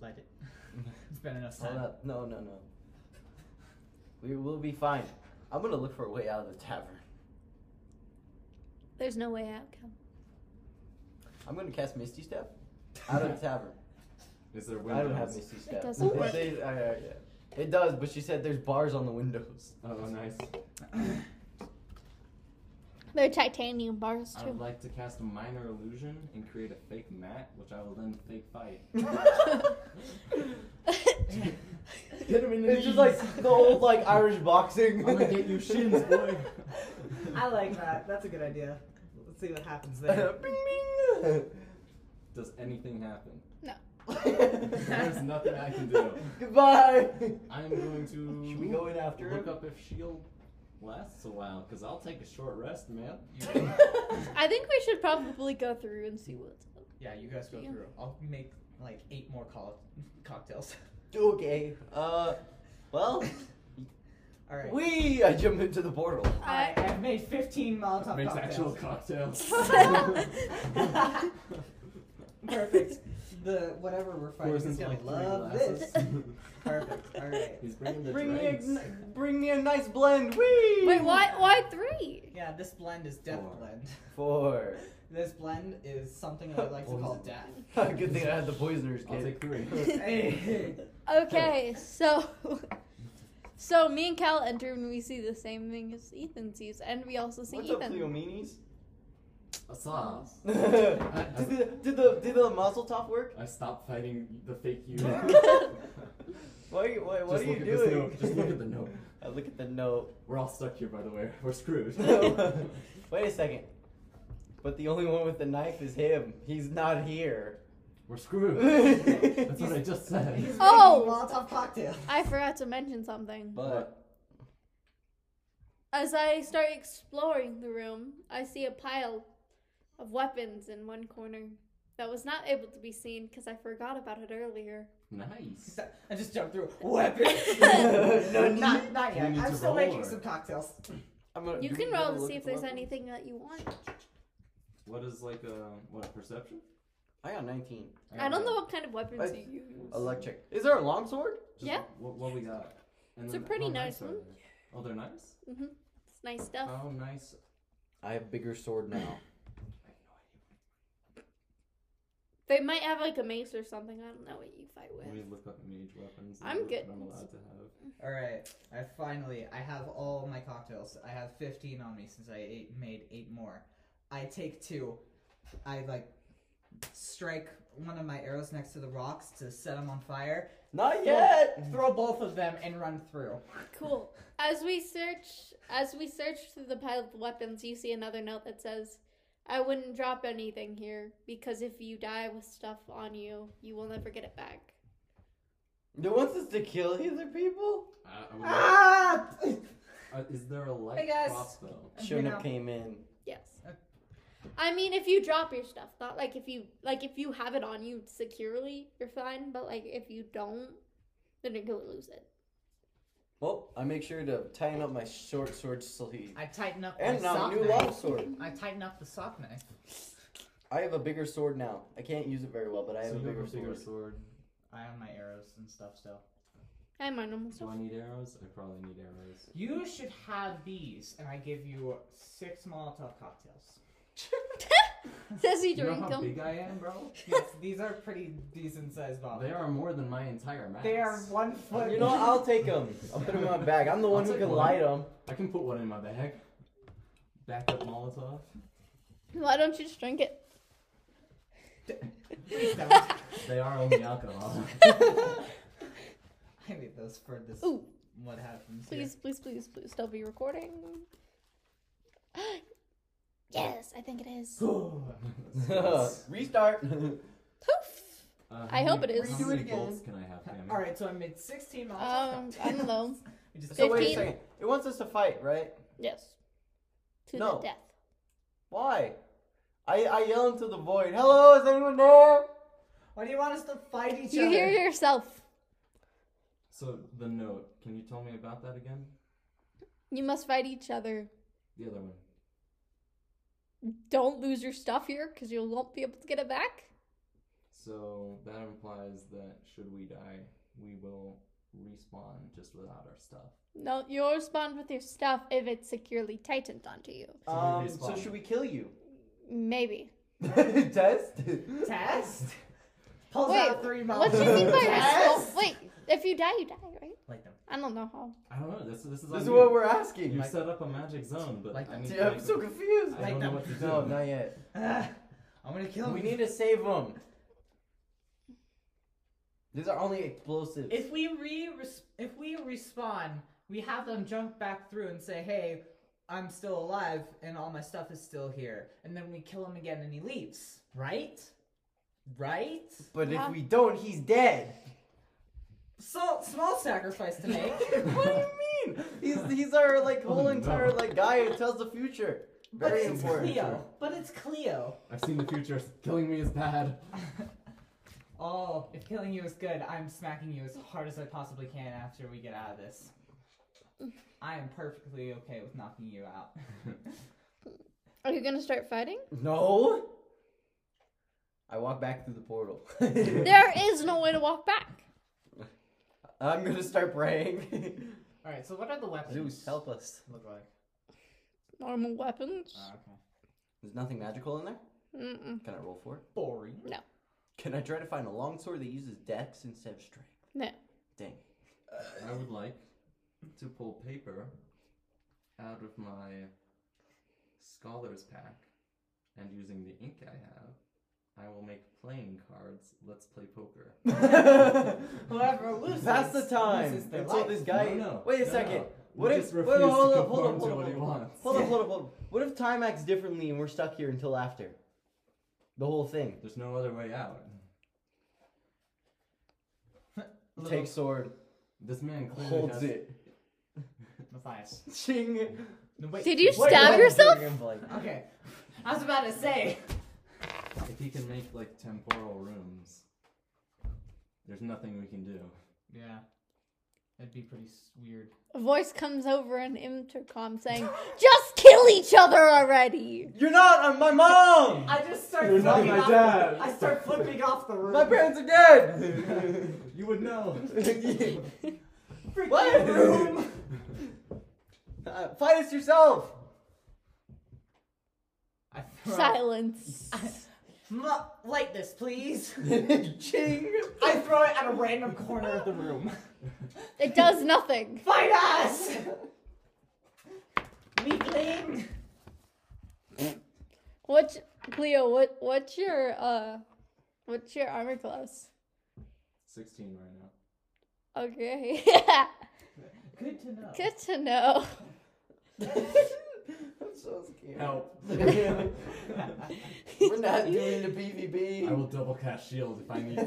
Light it. It's been enough Hold time. up. Uh, No, no, no. We will be fine. I'm gonna look for a way out of the tavern. There's no way out. Cal. I'm gonna cast Misty Step out of the tavern. Is there windows? I don't have Misty Step. doesn't It work. says- I- I- yeah. It does, but she said there's bars on the windows. Oh, nice. They're titanium bars I too. would like to cast a minor illusion and create a fake mat, which I will then fake fight. Get him in the It's just like knees. the old like Irish boxing. I'm gonna get you shins, boy. I like that. That's a good idea. Let's see what happens there. bing bing. Does anything happen? There's nothing I can do. Goodbye. I'm going to. Should we go in after Look him? up if shield lasts a while, because I'll take a short rest, man. I think we should probably go through and see what's up. yeah, you guys go Yeah. through. I'll make like eight more col- cocktails. okay. Uh, well, All right. we I jump into the portal. All right. I've made 15 Molotov Makes actual cocktails. cocktails. Perfect. The whatever we're fighting Pours is into gonna like three love glasses. this. Perfect. All right. He's bringing the Bring me, a, drinks. n- bring me a nice blend. Wee. Wait, why? Why three? Yeah, this blend is death Four. blend. Four. This blend is something I like to call Poison. death. Good thing I had the poisoner's I'll kid. take three. Hey. Okay, so, so me and Cal enter and we see the same thing as Ethan sees, and we also see What's up, Ethan. Cleomenes? Asa, did, the, did the did the muzzle top work? I stopped fighting the fake you. Why? you- Why? Just What are you look at this doing? note. Just look at the note. I look at the note. We're all stuck here, by the way. We're screwed. Wait a second. But the only one with the knife is him. He's not here. We're screwed. That's but what I just said. He's Oh. making Molotov cocktails. I forgot to mention something. But As I start exploring the room, I see a pile of weapons in one corner that was not able to be seen because I forgot about it earlier. nice. I just jumped through. Weapons. No need? not, not Do we yet. need I'm to still roll, making or- some cocktails. I'm gonna, You do can wanna roll to look see at if the there's weapon? anything that you want. What is like a what perception? I got 19. I don't know what kind of weapons I- you use. Electric. Is there a longsword? Just Yeah. What, what we got? And It's a then pretty how nice are one. they? Oh, they're nice. hmm It's nice stuff. Oh. How nice. I have bigger sword now. I have no idea. They might have like a mace or something. I don't know what you fight Let me with. look up mage weapons. I'm that good. I'm allowed to have. All right. I finally. I have all my cocktails. I have 15 on me since I ate, made eight more. I take two. I like strike one of my arrows next to the rocks to set them on fire. Not yet! Throw both of them and run through. Cool. As we search, as we search through the pile of weapons, you see another note that says, "I wouldn't drop anything here because if you die with stuff on you, you will never get it back." No one wants us to kill either people? Uh, I, I would like- Ah! uh, is there a light guys. crossbow? Uh, Shouldn't know. have came in. Yes. Uh. I mean, if you drop your stuff, not like if you like if you have it on you securely, you're fine. But like if you don't, then you're gonna lose it. Well, I make sure to tighten up my short sword sleeve. I tighten up And my now sock new knife. longsword. I tighten up the sock knife. I have a bigger sword now. I can't use it very well, but I have so a you bigger have a bigger sword. sword. I have my arrows and stuff still. I have my normal Do stuff. I need arrows? I probably need arrows. You should have these, and I give you six Molotov cocktails. Says he You know drink how them. big I am, bro? Yes, these are pretty decent sized bottles. They are more than my entire max. They are one foot. You know, what? I'll take them. I'll put them in my bag. I'm the one I'll who take can one. light them. I can put one in my bag. Back up Molotov. Why don't you just drink it? Please don't. I They are only alcohol. need those for this. Ooh. What happens? here. Please, please, please, please, still be recording. yes, I think it is. Restart. Poof. Uh, I hope it is. How Redo many it again. bolts can I have, Tammy? All right, so I made sixteen Molotov Um, I cocktails. don't know. We just so wait a 15. second. It wants us to fight, right? Yes. To No. the death. Why? I, I yell into the void, hello, is anyone there? Why do you want us to fight each You other? hear yourself. So the note. Can you tell me about that again? You must fight each other. The other one. Don't lose your stuff here because you won't be able to get it back. So that implies that should we die, we will respawn just without our stuff. No, you'll respond with your stuff if it's securely tightened onto you. So we um, so respawn. should we kill you? Maybe. Test? Test? Pulls Wait, out three What models. do you mean by Test? respawn? Wait, if you die, you die, right? Like them. I don't know how. I don't know. This, this is This on is you. what we're You asking. Like- set up a magic zone, but Like I that. need Yeah, I'm so confused. I Like don't know that. what to do. No, not yet. Ah, I'm gonna kill him. We need to save them. These are only explosives. If we re if we respawn, we have them jump back through and say, "Hey, I'm still alive and all my stuff is still here." And then we kill him again and he leaves. Right? Right? but Yeah. if we don't, he's dead. So small sacrifice to make. what do you mean? He's he's our like whole Oh, no. entire like guy who tells the future. but Very it's important. Cleo. But it's Cleo. I've seen the future. Killing me is bad. Oh, if killing you is good, I'm smacking you as hard as I possibly can after we get out of this. I am perfectly okay with knocking you out. Are you gonna start fighting? No. I walk back through the portal. There is no way to walk back. I'm gonna start praying. All right. So what are the weapons? Zeus, help us. Look like. Normal weapons. Ah, okay. There's nothing magical in there. Mm-mm. Can I roll for it? Boring. Can I try to find a longsword that uses dex instead of strength? No. Dang. I would like to pull paper out of my scholar's pack, and using the ink I have, I will make playing cards. Let's play poker. Whoever loses. That's the time loses their until life. this guy. No, no, Wait a no, second. no. What We if? just wait, refuse to hold up, hold conform up, to hold what up, he hold up, wants. hold up, hold up, hold up. What if time acts differently and we're stuck here until after? The whole thing. There's no other way out. Little Take sword, This man clearly holds has- it. Matthias. Ching. No, wait. Did you Wait, stab wait, yourself? I'm blank. Okay. I was about to say. If he can make like temporal rooms, there's nothing we can do. Yeah. That'd be pretty s- weird. A voice comes over an intercom saying, "Just kill each other already." You're not on my mom. I just start You're not flipping my off. dad. I start flipping off the room. My parents are dead. You would know. Freaking what? room. Uh, fight us yourself. I throw- Silence. Ma- light this, please. Ching. I throw it at a random corner of the room. It does nothing. Fight us! Weakling. What's Cleo? What what's your uh, what's your armor class? 16 right now. Okay, Good to know. good to know. I'm so scared. Help. We're not doing the BVB. I will double cast shield if I need to.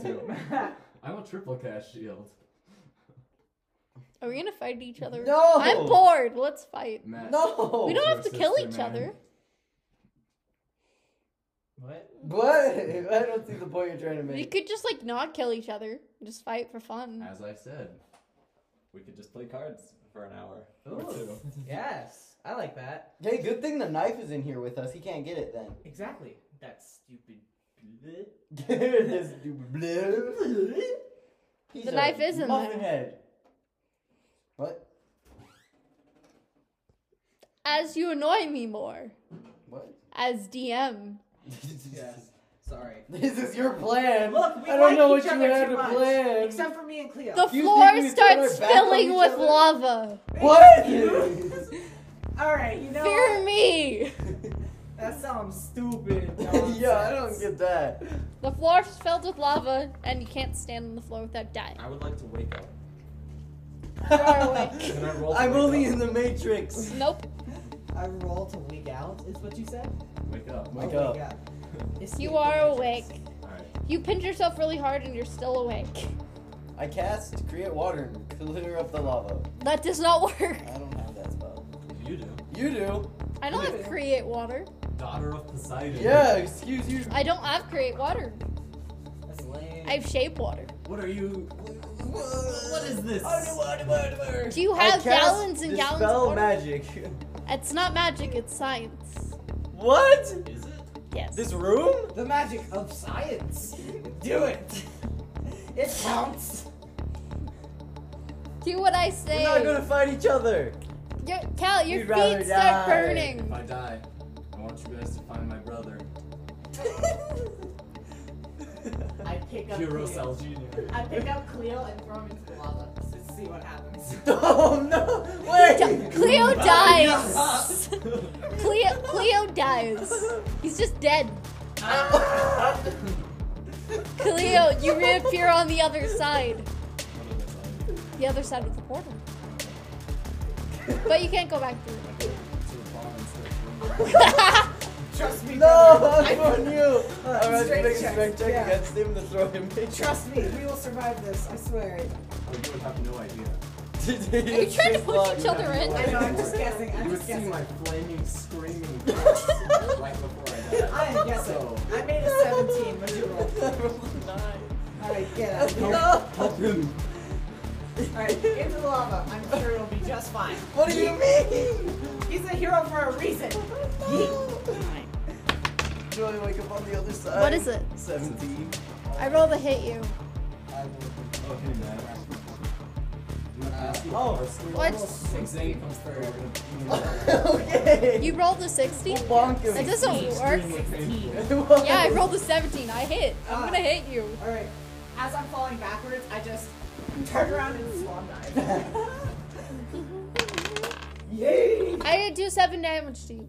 I will triple cast shield. Are we gonna fight each other? No. I'm bored. Let's fight. Matt, No. We don't have your to kill sister, each man. other. what? What? I don't see the point you're trying to We make. could just like not kill each other. Just fight for fun. As I said, Oh. we could just play cards for an hour. or Ooh. two. yes, I like that. Hey, good thing the knife is in here with us. He can't get it then. Exactly. That stupid. This dude- He's The a knife is in muffin there. head. What? As you annoy me more. What? As DM. Yes. Sorry. This is your plan. Look, we I don't like know each what you other had too to much, plan. Except for me and Cleo. The You think floor we turn our starts back on filling each with other? lava. What? All right, you know Fear what? me. that sounds stupid. yeah, I don't get that. The floor's filled with lava, and you can't stand on the floor without dying. I would like to wake up. away. Can I roll? to I'm wake only up? in the Matrix. Nope. I roll to wig out. Is what you said? Wake up. Wake oh, up. Wig out. Escape You the are awake. matrix. Alright. You pinch yourself really hard, and you're still awake. I cast create water to clear up the lava. That does not work. I don't have that spell. You do. You do. I don't have create water. daughter of Poseidon. Yeah, excuse you. I don't have create water. That's lame. I have shape water. What are you? What is this? Do you I have cast gallons and gallons of dispel water? magic. It's not magic, it's science. What? Is it? Yes. This room? The magic of science. Do it. It counts. Do what I We're say. not gonna fight each other. Your, Cal, your We'd rather feet start die. burning. If I die, I want you guys to find my brother, I pick up Hero Cleo. Cell Junior. I pick up Cleo and throw him into the lava. Let's see what happens. oh no! Wait. Cleo dies. yes. Cleo, Cleo dies. He's just dead. Cleo, you reappear on the other side. The other side of the portal. But you can't go back through. I go to the bar and start drinking. it. Trust me. No, brother. I'm on you. All right, strength make a check, strength check yeah. against him to throw him. Trust me. We will survive this. I swear. But Oh, you would have no idea. Are Are you trying to push each other in? I know. I'm just guessing. you I'm would just see guessing. my flaming, screaming face right before I die. I am guessing. So, I made a 17. What'd you roll? All right, get out. of here. All No. help him. right, into the lava. I'm sure it'll be just fine. What do you mean? He's a hero for a reason. Oh, Do I wake up on the other side? What is it? Seventeen. I rolled a hit you. Oh, hey, man. You wanna ask me oh. first? What? When Zane comes through, we're gonna- okay. You rolled a 60? bonkers. That doesn't work. Extremely painful. Yeah, I rolled a 17. I hit. I'm gonna hit you. All right. As I'm falling backwards, I just turn around and swan dive. Yay! I do 7 damage to you.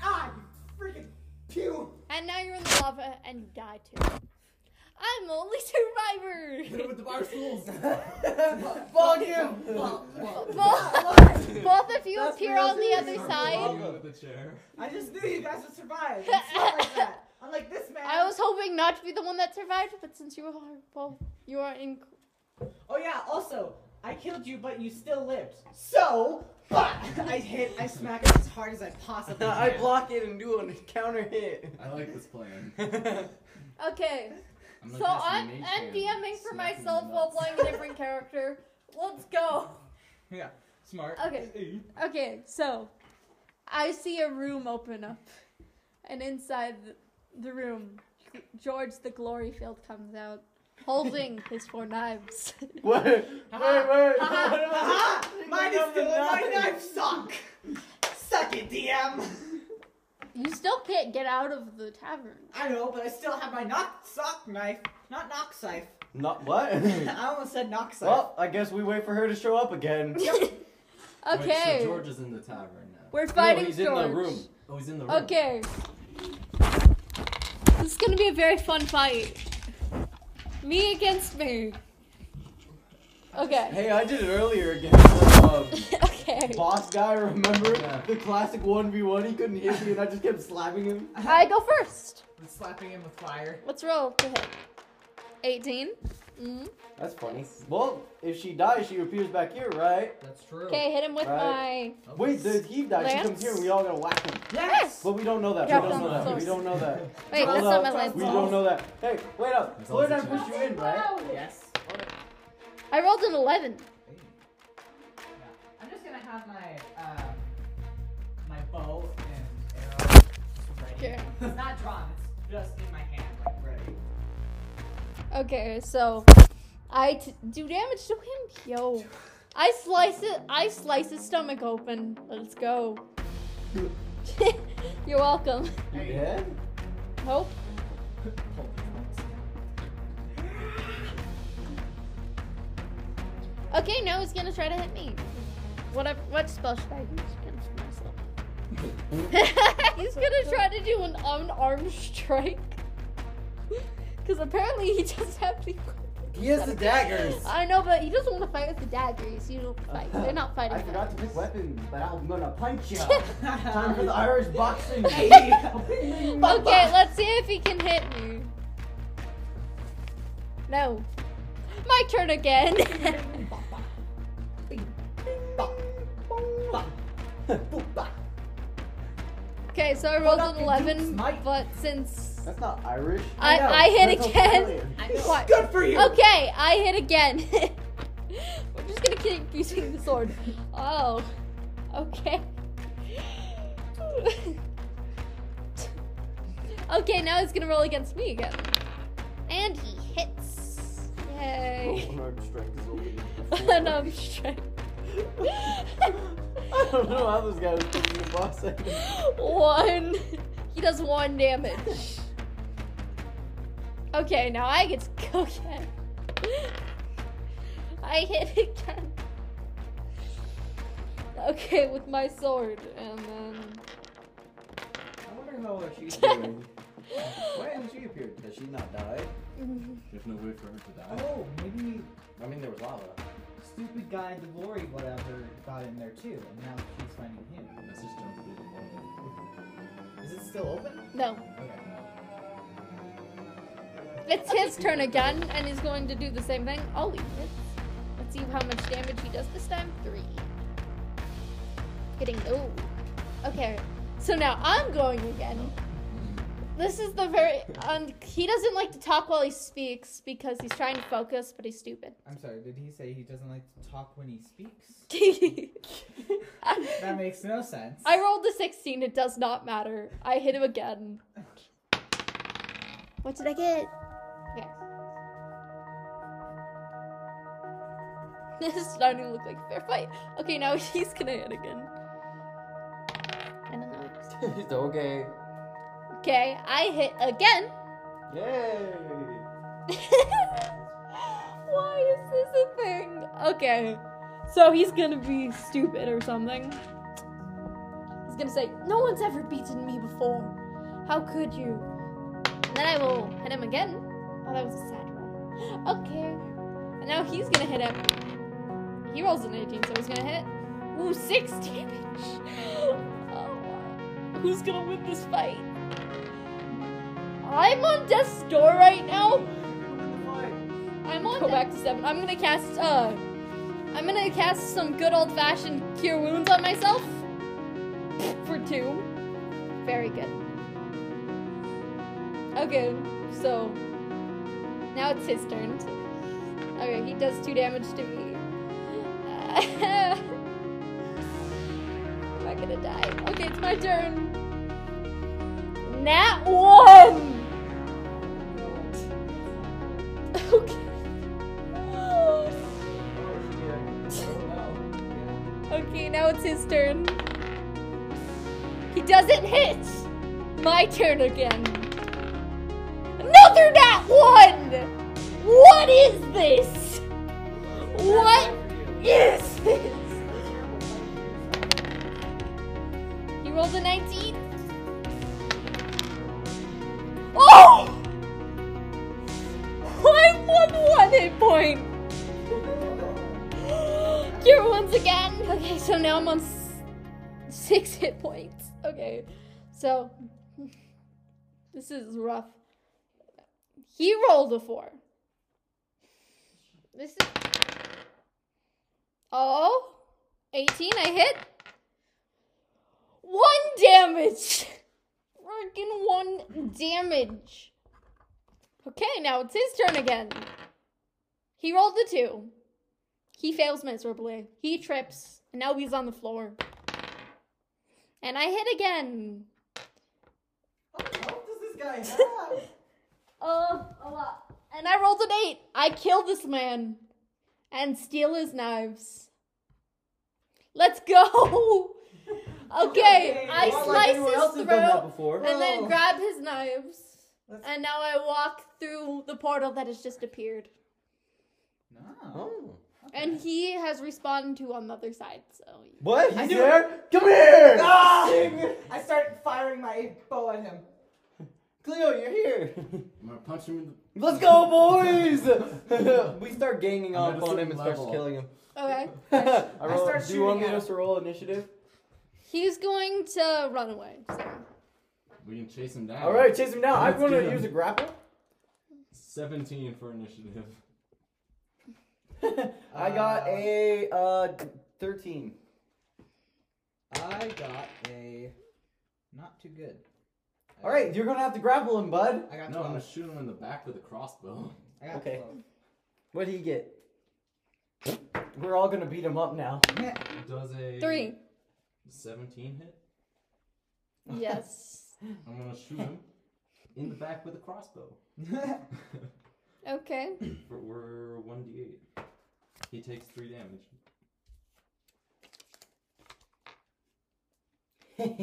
Ah, Freaking pew. And now you're in the lava and you die too. I'm the only Hit him survivor! with the bar stools. Fuck you. both, both of you That's appear real on the serious. other Sorry. side. Hit him with the chair. I just knew you guys would survive. It's not like that. I'm like this man. I was hoping not to be the one that survived, but since you are both, you are in. Oh yeah. Also, I killed you, but you still lived. So, but I hit. I smack it as hard as I possibly can. I block it and do a counter hit. I like this plan. Okay, I'm so I'm, I'm DMing for myself while playing a different character. Let's go! Yeah. Smart. Okay. Okay, so I see a room open up, and inside th- the room, George the Gloryfield comes out, holding his four knives. What? Wait, wait. what Aha! am I- Aha! Mine is still in my knife sock. Suck it, DM. you still can't get out of the tavern. I know, but I still have my knock sock knife. Not knock scythe. Not what? I almost said knock scythe. well, I guess we wait for her to show up again. Okay, so George is in the tavern now. we're fighting no, he's George. in the room. Oh, he's in the room. Okay. This is gonna be a very fun fight. Me against me. Okay. Hey, I did it earlier against the um, okay. boss guy. Remember Yeah. the classic one v one? He couldn't hit me, and I just kept slapping him. I go first. slapping him with fire. Let's roll to hit. 18. Mm-hmm. That's funny. Well, if she dies, she appears back here, right? That's true. Okay, hit him with Right. Wait, the he dies. She comes here, and we all gotta whack him. Yes. But we don't know that. Drop we don't know them. that. We don't know that. my. Wait, that's Hold not up. my last We one. don't know that. Hey, wait up. That's all Where did I the push you in, right? Yes. I rolled an 11. I'm just gonna have my uh, my bow and arrow just ready. Okay. It's not drawn. It's just in my hand, like ready. Okay, so I t- do damage to him. Yo. I slice it. I slice his stomach open. Let's go. You're welcome. You dead? Nope. Okay, now he's gonna try to hit me. Whatever. What spell should I use against myself? he's gonna try to do an unarmed strike. Because apparently he doesn't have the. He has the daggers. Uh-huh. I know, but he doesn't want to fight with the daggers. You don't fight. They're not fighting. I forgot to pick weapons, but I'm gonna punch you. okay, Time for the Irish boxing. let's see if he can hit me. No. My turn again. Okay, so I rolled Hold up, an you 11, dukes, mate. but since That's not Irish. I, know, I hit That's again. Australian. I know. What? Good for you. Okay, I hit again. We're just gonna keep using the sword. Oh, okay. okay, now he's gonna roll against me again. And he hits. Yay. Unarmed strength is only four. Unarmed strength. I don't know how this guy was picking the boss. I one. He does one damage. Okay, now I get to go again. I hit again. Okay, with my sword, and then. I wonder how what she's doing. Why hasn't she appeared? Has she not died? There's no way for her to die. Oh, maybe I mean, there was lava. stupid guy, the Lori, whatever, got in there too, and now she's finding him. Let's just jump through the window. Is it still open? No, Okay. it's his turn again, and he's going to do the same thing. Oh, he hits. Let's see how much damage he does this time. Three. Hitting. Oh. Okay, so now I'm going again. This is the very. Um, he doesn't like to talk while he speaks because he's trying to focus, but he's stupid. I'm sorry. Did he say he doesn't like to talk when he speaks? That I makes no sense. rolled a 16. It does not matter. I hit him again. What did I get? Okay. This is starting to look like a fair fight. Okay, now he's gonna hit again. I don't know. It's okay. Okay, I hit again. Yay! Why is this a thing? Okay. So he's gonna be stupid or something. He's gonna say, No one's ever beaten me before. How could you? And then I will hit him again. Oh, that was a sad roll. Okay. And now he's gonna hit him. He rolls an 18, so he's gonna hit. Ooh, 6 damage. Oh, who's gonna win this fight? I'm on death's door right now. I'm on. Go back to seven. I'm gonna cast. Uh, I'm gonna cast some good old fashioned cure wounds on myself for two. Very good. Okay, so now it's his turn. Okay, he does two damage to me. Am I gonna die? Okay, it's my turn. Nat one. Okay. okay, now it's his turn. He doesn't hit. My turn again. Another nat one. What is this? What is this? He rolled a 19. Oh! I won one hit point. Cure once again. Okay, so now I'm on s- six hit points. Okay, so this is rough. He rolled a four. This is oh, 18 I hit. One damage. Freaking one damage. Okay, now it's his turn again. He rolled the two. He fails miserably. He trips, and now he's on the floor. And I hit again. How much health does this guy have? Uh, a lot. And I rolled an eight. I kill this man and steal his knives. Let's go. Okay, Okay, I not like anyone else has slice his done that throat before. and then No. grab his knives. Let's- And now I walk through the portal that has just appeared. No. Oh. And he has respawned to on the other side, so. What? I He's knew there? Come here! Ah! I start firing my bow at him. Cleo, you're here. I'm gonna punch him in the. Let's go, boys! we start ganging I'm up at a on him certain and starts level. killing him. Okay. I roll, start do you want shooting me at just to roll initiative? He's going to run away. So. We can chase him down. All right, chase him down. Let's I'm gonna get him. use a grapple. 17 for initiative. I got a uh, 13. I got a Not too good. I All right, you're gonna have to grapple him, bud. got- I got No, I'm gonna 12. shoot him in the back with a crossbow. I got Okay. 12. What did he get? We're all gonna beat him up now. Does a Three. 17 hit? Yes. I'm gonna shoot him in the back with a crossbow. Okay. For, we're 1d8. He takes 3 damage.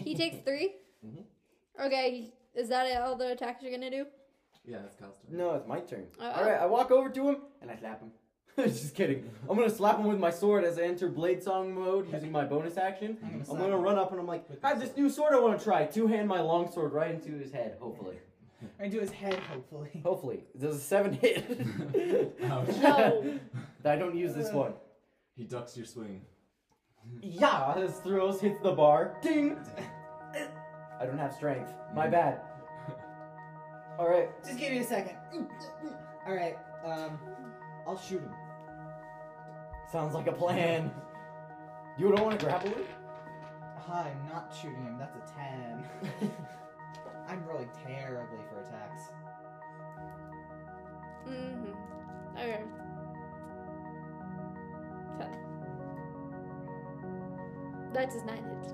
He takes three. Mhm. Okay. Is that all the attacks you're gonna do? Yeah, that's Cal's turn. No, it's my turn. Uh, All right, I walk over to him and I slap him. Just kidding. I'm gonna slap him with my sword as I enter blade song mode using my bonus action. I'm gonna I'm slap gonna him. run up and I'm like, With I the have this new sword I want to try. Two hand my long sword right into his head. Hopefully, Right into his head, hopefully. hopefully, does a seven hit? Ouch. No. I don't use this one. He ducks your swing. Yeah, his throws hits the bar. Ding. I don't have strength. My bad. All right. Just give me a second. All right. Um, I'll shoot him. Sounds like a plan. You don't want to grapple him? Ah, I'm not shooting him. That's a ten. I'm rolling terribly for attacks. Mm-hmm. Okay. Ten. That does not hit.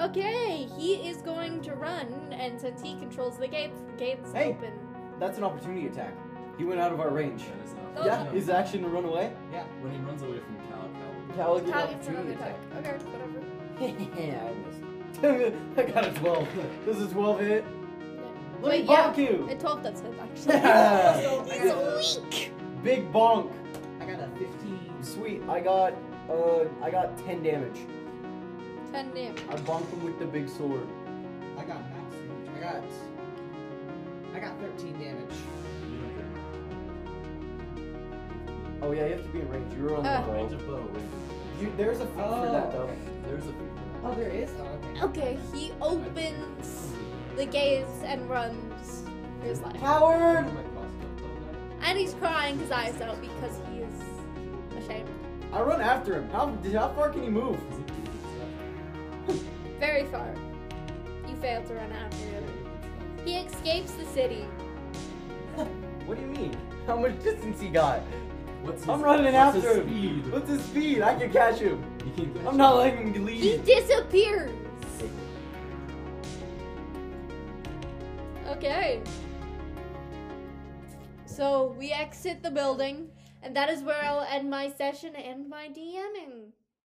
Okay, he is going to run, and since he controls the gates, the gates Hey. open. That's an opportunity attack. He went out of our range. That is not. Oh. Yeah, no. his action to run away. When he runs away from Cal, Cal will Cal will get How an gets another opportunity attack. attack. Okay, whatever. yeah, I missed. I got a 12. This is 12 hit. Let me Wait, yeah. bonk you. A twelve does hit actually. Yeah. it's weak. Big bonk. I got a fifteen. Sweet. I got uh I got 10 damage. Ten damage. I bonked him with the big sword. I got max damage. I got. I got thirteen damage. Oh yeah, you have to be in range. You were on Uh. the Range range. of bow. range of- You, there's a feat for that though. There's a feat. Oh, there is. Oh, okay. Okay, he opens the gates and runs for his life. Howard! And he's crying his eyes out because he is ashamed. I run after him. How how far can he move? Very far. You fail to run after him. He escapes the city. What do you mean? How much distance he got? What's his, I'm running what's after his him. speed? What's his speed? I can catch him. You can catch I'm not him. letting him He leave. disappears. Okay. So we exit the building, and that is where I'll end my session and my DMing.